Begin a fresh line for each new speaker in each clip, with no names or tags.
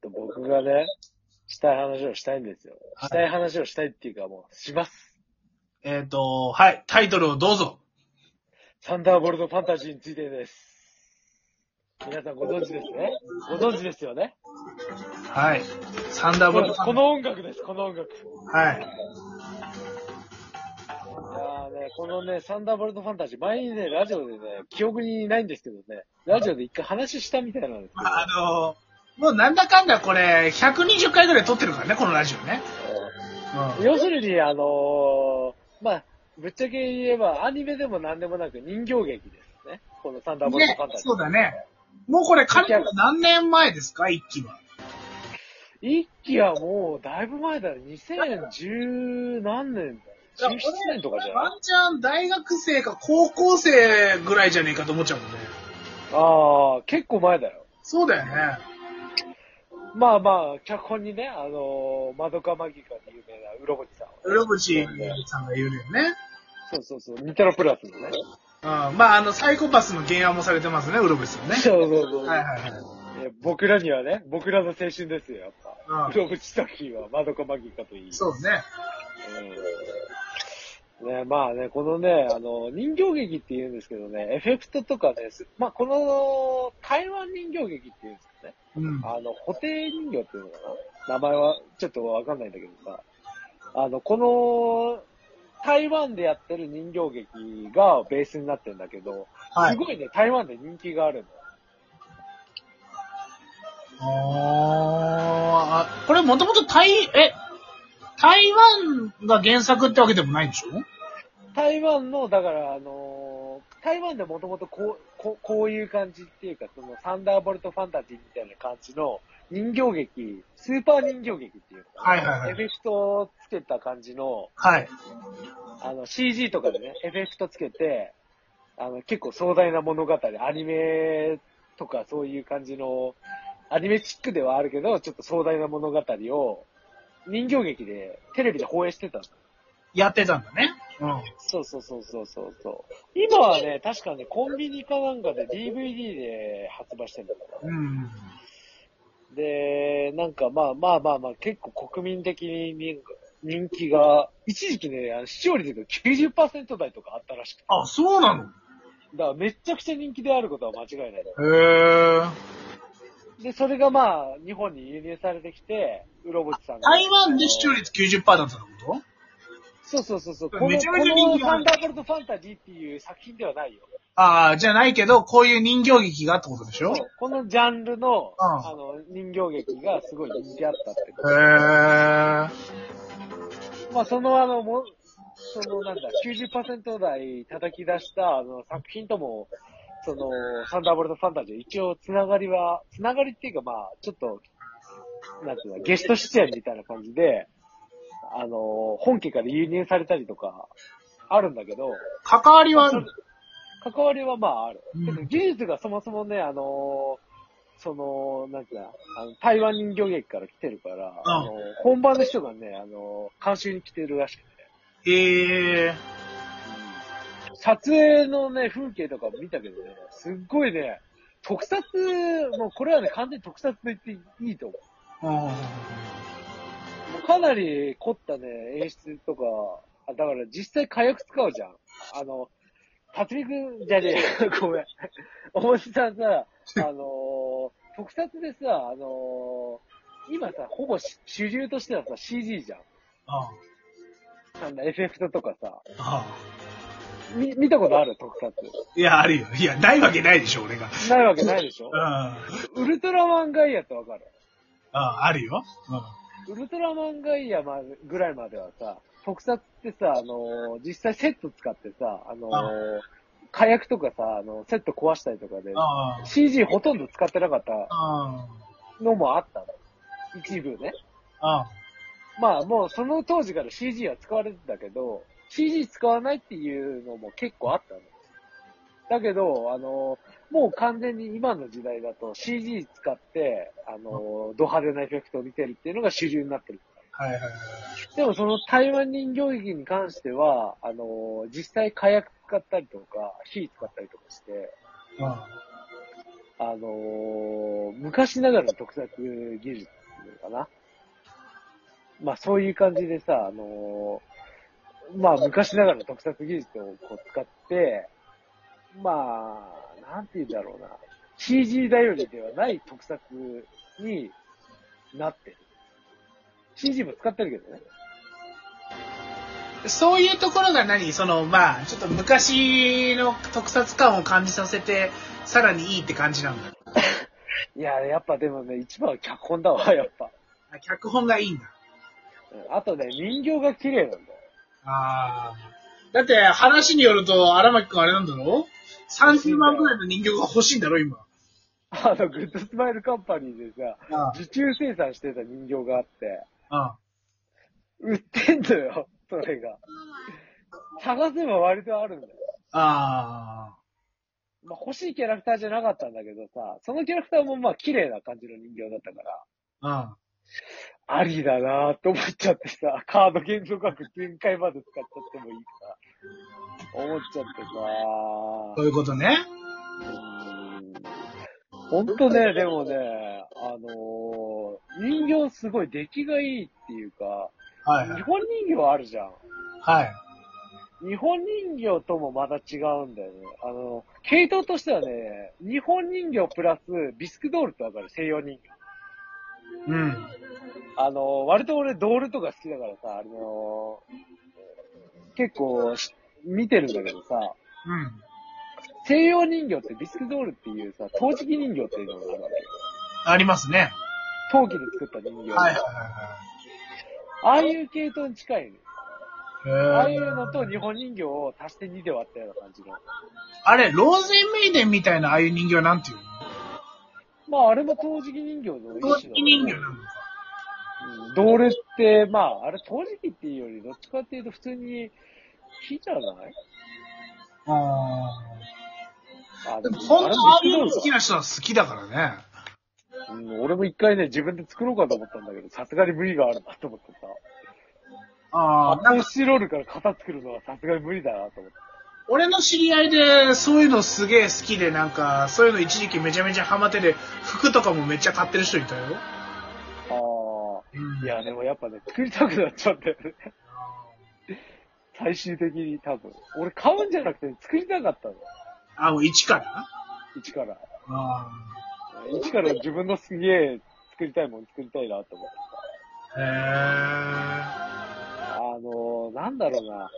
と僕がね、したい話をしたいんですよ。
はい
したい話をしたいっていうかもう、します。
えっ、と、はい、タイトルをどうぞ。
サンダーボルトファンタジーについてです。皆さんご存知ですねご存知ですよね
はい。サンダーボルトさん
この音楽です、この音楽。
はい。
いやーね、このね、サンダーボルトファンタジー、前にね、ラジオでね、記憶にないんですけどね、ラジオで一回話したみたいなんですけど、
あのー、もうなんだかんだこれ、120回ぐらい撮ってるからね、このラジオね。うん。
要するに、あのー、まあ、ぶっちゃけ言えば、アニメでも何でもなく人形劇ですね。このサンダーボルト
ね
ファンタ、ジー。
そうだね。もうこれ、彼らが何年前ですか、一期は。
一期はもう、だいぶ前だよ。2010何年だよ。17年とかじゃ
ワ
ない
ンチャン大学生か高校生ぐらいじゃねえかと思っちゃうもんね。
ああ、結構前だよ。
そうだよね。
まあまあ、脚本にね、あのー、マドカマギカで有名な、うろこちさんは。
浦口さんが言うのよね。
そうそうそう、ニタロプラスのね。
うん。まあ、あの、サイコパスの原案もされてますね、浦口さんね。
そうそうそう。
はいはいはい。
え僕らにはね、僕らの青春ですよ、やっぱ。
うん
黒渕先は、まどかまぎかといい。
そうね。
うん。ね、まあね、このね、あの、人形劇って言うんですけどね、エフェクトとかね、すまあこの、台湾人形劇っていうんですかね。
うん。
あの、固定人形っていうのかな名前はちょっとわかんないんだけどさ。あの、この、台湾でやってる人形劇がベースになってるんだけど、
は
す
い。
ごいね、台湾で人気があるの。
あーあ、これもともと台、え、台湾が原作ってわけでもないんでしょ
台湾の、だから、あのー台湾でもともとこう、こう、こういう感じっていうか、そのサンダーボルトファンタジーみたいな感じの人形劇、スーパー人形劇っていうか、
はいはいはい
エフェクトをつけた感じの、
はい。
あの、CG とかでね、エフェクトつけて、あの、結構壮大な物語、アニメとかそういう感じの、アニメチックではあるけど、ちょっと壮大な物語を、人形劇で、テレビで放映してたの
やってたんだね。うん。
そうそうそうそうそうそう。今はね、確かね、コンビニかなんかで DVD で発売してるんだから。
うん。
で、なんかまあまあまあまあ、結構国民的に人人気が、一時期ね、あの視聴率が90%台とかあったらしくて。
あ、そうなの
だからめちゃくちゃ人気であることは間違いな
へ
い。
え。
で、それがまあ、日本に輸入されてきて、うろぼちさんが。
台湾で視聴率90%だったってこ
そうそうそうそう。こ
め
の、
ちゃ
こ
めちゃ人
の
気があ
サ
る
ンダーボルトファンタジーっていう作品ではないよ。
とああ、じゃないけど、こういう人形劇がってことでしょ
そうこのジャンルの、
うん
あの、人形劇がすごい人気あったってこと。
へえ。
まあ、そのあの、も、そのなんだ、90%台叩き出したあの作品とも、その、サンダーボルトファンタジー、一応つながりは、つながりっていうかまあ、ちょっと、なんていうの、ゲスト出演みたいな感じで、あの、本家から輸入されたりとか、あるんだけど、
関わりはある
関わりはまあある。
うん
けど技術がそもそもね、あのーその、なんていうのあの、台湾人形劇から来てるから、あの本場の人がね、あのー監修に来てるらしくて、
へえ。
撮影のね、風景とか見たけどね、すっごいね、特撮、もうこれはね、完全に特撮と言っていいと思う。
うん。
もうかなり凝ったね、演出とか、あだから実際火薬使うじゃん。あの、辰巳くん、じゃねえ、 ごめん。おもしさんさ、あのー特撮でさ、あのー今さ、ほぼし主流としてはさ、CG じゃん。
あ
なんだ、エフェクトとかさ。
あ。
み、見たことある特撮。
いや、あるよ。いや、ないわけないでしょ、俺が。
ないわけないでしょ
うん。あ
ウルトラマンガイアってわかる
あ、あるよ。うん。
ウルトラマンガイアまでぐらいまではさ、特撮ってさ、あのー実際セット使ってさ、あのー
あ
火薬とかさ、あの、セット壊したりとかで、
あ
CG ほとんど使ってなかった
あ。
のもあったの。一部ね。
ああ。
まあもうその当時から CG は使われてたけど、CG 使わないっていうのも結構あったの。だけど、あのーもう完全に今の時代だと CG 使って、あのード派手なエフェクトを見てるっていうのが主流になってる。
はいはいはい。
でもその台湾人形劇に関しては、あのー実際火薬使ったりとか、火使ったりとかして、
あ
あのー昔ながらの特撮技術っていうのかな。まあそういう感じでさ、あのーまあ昔ながらの特撮技術をこう使って、まあ、なんて言うんだろうな。CG 頼りではない特撮になってる。CG も使ってるけどね。
そういうところが何その、まあ、ちょっと昔の特撮感を感じさせて、さらにいいって感じなんだ。
いや、やっぱでもね、一番は脚本だわ、やっぱ。
あ脚本がいいんだ。
うんあとね、人形が綺麗なんだよ。
ああ。だって、話によると、荒牧くんあれなんだろ ?30 万ぐらいの人形が欲しいんだろ今。
あの、グッドスマイルカンパニーで
あ
さ、受注生産してた人形があって、
あ。
売ってんのよ、 それが。探せば割とあるんだよ。
ああ。
まあ、欲しいキャラクターじゃなかったんだけどさ、そのキャラクターもまあ、綺麗な感じの人形だったから、
うん。
ありだなぁと思っちゃってさ、カード限度額全開まで使っちゃってもいいかな。思っちゃってさ
そういうことね。
ほんとね、でもね、あのー人形すごい出来がいいっていうか、
はいは
日
い。
本人形あるじゃん。
はい。
日本人形ともまた違うんだよね。あの、系統としてはね、日本人形プラスビスクドールってわかる西洋人形。
うん。
あの、割と俺ドールとか好きだからさ、あのー結構し見てるんだけどさ、
うん。
西洋人形ってビスクドールっていうさ、陶磁器人形っていうのがあるわけ。
ありますね。
陶器で作った人形。
はいはい
あ
は
あいう系統に近いね。
いはい。へー
ああいうのと日本人形を足して2で割ったような感じの。
あれ、ローゼンメイデンみたいなああいう人形なんていうの
まあ、あれも陶磁器人形の一種だ
陶
よね
器人形なのか。
うんドールって、まあ、あれ、陶磁器っていうより、どっちかっていうと、普通に木じゃない
あ
あ
あ。でも本当ああいうの好き
な、
な人は好きだからね。
うん俺も一回ね、自分で作ろうかと思ったんだけど、さすがに無理があるなと思ってさ。
ああ、
発
なん
泡
か
スチロールから型作るのはさすがに無理だなと思って。
俺の知り合いでそういうのすげえ好きでなんか、そういうの一時期めちゃめちゃハマってて、服とかもめっちゃ買ってる人いたよ。
あ
うん
あ。いや、でもやっぱね、作りたくなっちゃうんだよね。 最終的に多分。俺買うんじゃなくて、作りたかったの。
あ、もう一から
一から。
あ
一から自分のすげえ作りたいもん作りたいなと思って。
あ。
あのー、なんだろうな。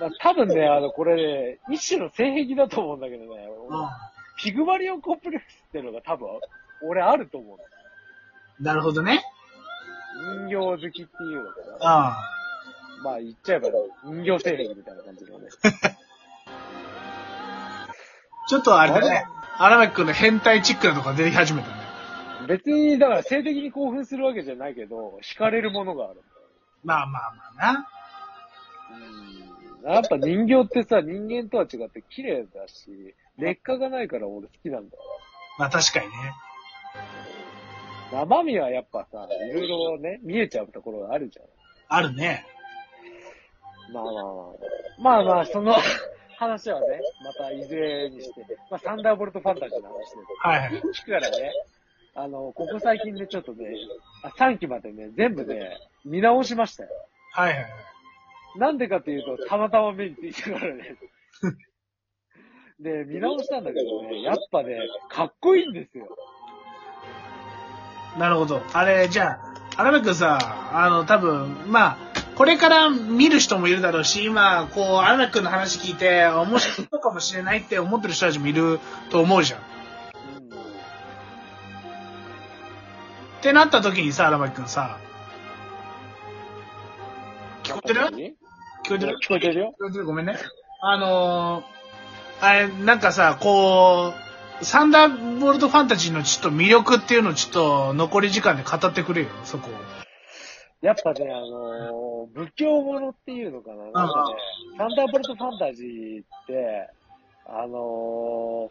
まあ、多分ね、あの、これ、ね、一種の性癖だと思うんだけどね、
へえ。う
ピグマリオンコンプレックスっていうのが多分、俺あると思うの。
ん。なるほどね。
人形好きっていうのかな。
あ
まあ、言っちゃえば、ね、人形性癖みたいな感じのね。
あ。ちょっとあれだね。荒牧くんの変態チックなとこが出てき始めたね。
別に、だから性的に興奮するわけじゃないけど、惹かれるものがある。
まあまあまあな。
うん。やっぱ人形ってさ、人間とは違って綺麗だし、劣化がないから俺好きなんだよ。
まあ確かにね。
生身はやっぱさ、いろいろね、見えちゃうところがあるじゃん。
あるね。
まあまあまあ。まあまあ、その 話はね、またいずれにして、まあサンダーボルトファンタジーの話
はいはい。
で、聞くからね、あの、ここ最近でちょっとね、あ3期までね、全部ね、見直しましたよ。
はいはいはい。
なんでかっていうと、たまたま目についたからね。で、見直したんだけどね、やっぱね、かっこいいんですよ。
なるほど。あれ、じゃあ、荒牧くんさ、あの、多分、まあ、これから見る人もいるだろうし、今、こう、荒牧くんの話聞いて、面白いのかもしれないって思ってる人たちもいると思うじゃん。っ
うん。
てなった時にさ、荒牧くんさ、聞こえてる聞
聞
こえてる
聞こえてるよ。
聞こえてるごめんね。あのー、あれ、なんかさ、こう、サンダーボルトファンタジーのちょっと魅力っていうのをちょっと残り時間で語ってくれよ、そこを。
やっぱね、あのー、仏教ものっていうのかな。なんかね、サンダーボルトファンタジーって、あのー、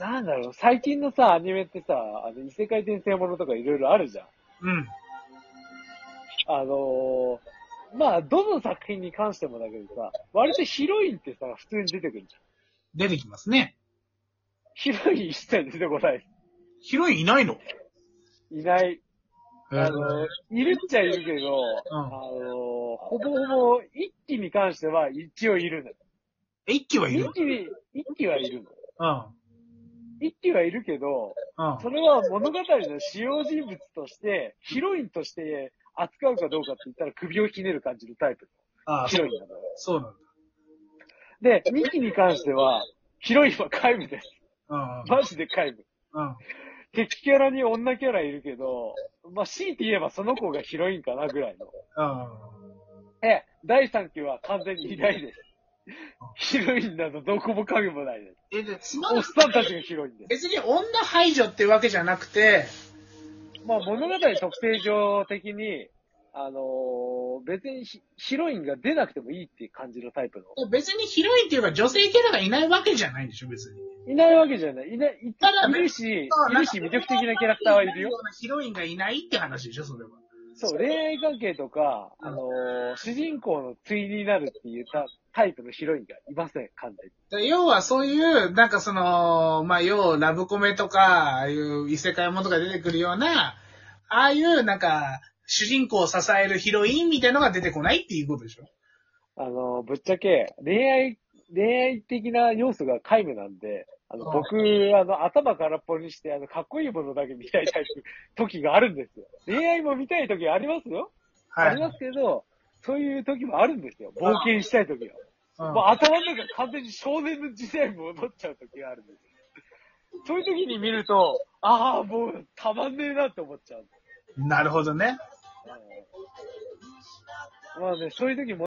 なんだろう、最近のさ、アニメってさ、あの異世界転生ものとかいろいろあるじゃん。
うん。
あのー、まあ、どの作品に関してもだけどさ、割とヒロインってさ、普通に出てくるじ
出てきますね。
ヒロイン一切出てこない。
ヒロインいないの
いない。
え
あの、いるっちゃいるけど、あの、ほぼほぼ、一期に関しては一応いるの。
え、一期はいる
一期に、一期はいるの。
うん。
一期はいるけど、
うん。
それは物語の主要人物として、ヒロインとして扱うかどうかって言ったら首をひねる感じのタイプ
あ
の
あ、
ヒ
そう
ロインなのよ。
そうなん
で、二期に関しては、ヒロインは皆無です。
だ。
マジで皆無。
うん。うん。
敵キャラに女キャラいるけど、まあ、強いて言えばその子がヒロインかなぐらいの。
うん。
え、第3期は完全にいないです。ヒロインなどどこも影もないです。
え、で、つま
おっ
り、
さんたちがヒロインで
別
す。
に女排除ってわけじゃなくて、
まあ物語特性上的に、あのー別にヒヒロインが出なくてもいいっていう感じのタイプの。
別にヒロインっていうか女性キャラがいないわけじゃないんでしょ、別に。
いないわけじゃない。いない、い
ただ
いるし、い
そう
るし魅力的なキャラクターはいるよ。。
ヒロインがいないって話でしょ、それは。
そう、恋愛関係とか、
うん
あのー主人公の対になるっていうタタイプのヒロインがいません、完全に。
で要はそういう、なんかその、まあ、要、ラブコメとか、ああいう異世界ものとか出てくるような、ああいう、なんか、主人公を支えるヒロインみたいのが出てこないっていうことでしょ
あの、ぶっちゃけ、恋愛、恋愛的な要素が皆無なんで、あの、
うん
僕、あの、頭空っぽにして、あの、かっこいいものだけ見たいタイプ、時があるんですよ。恋愛も見たい時ありますよ。ありますけど、そういう時もあるんですよ。冒険したい時は。
うん
もう頭の中完全に少年の時代に戻っちゃう時があるん ですよ。そういう時に見ると、ああ、もう、たまんねえなって思っちゃう。
なるほどね。
まあね、そういう時も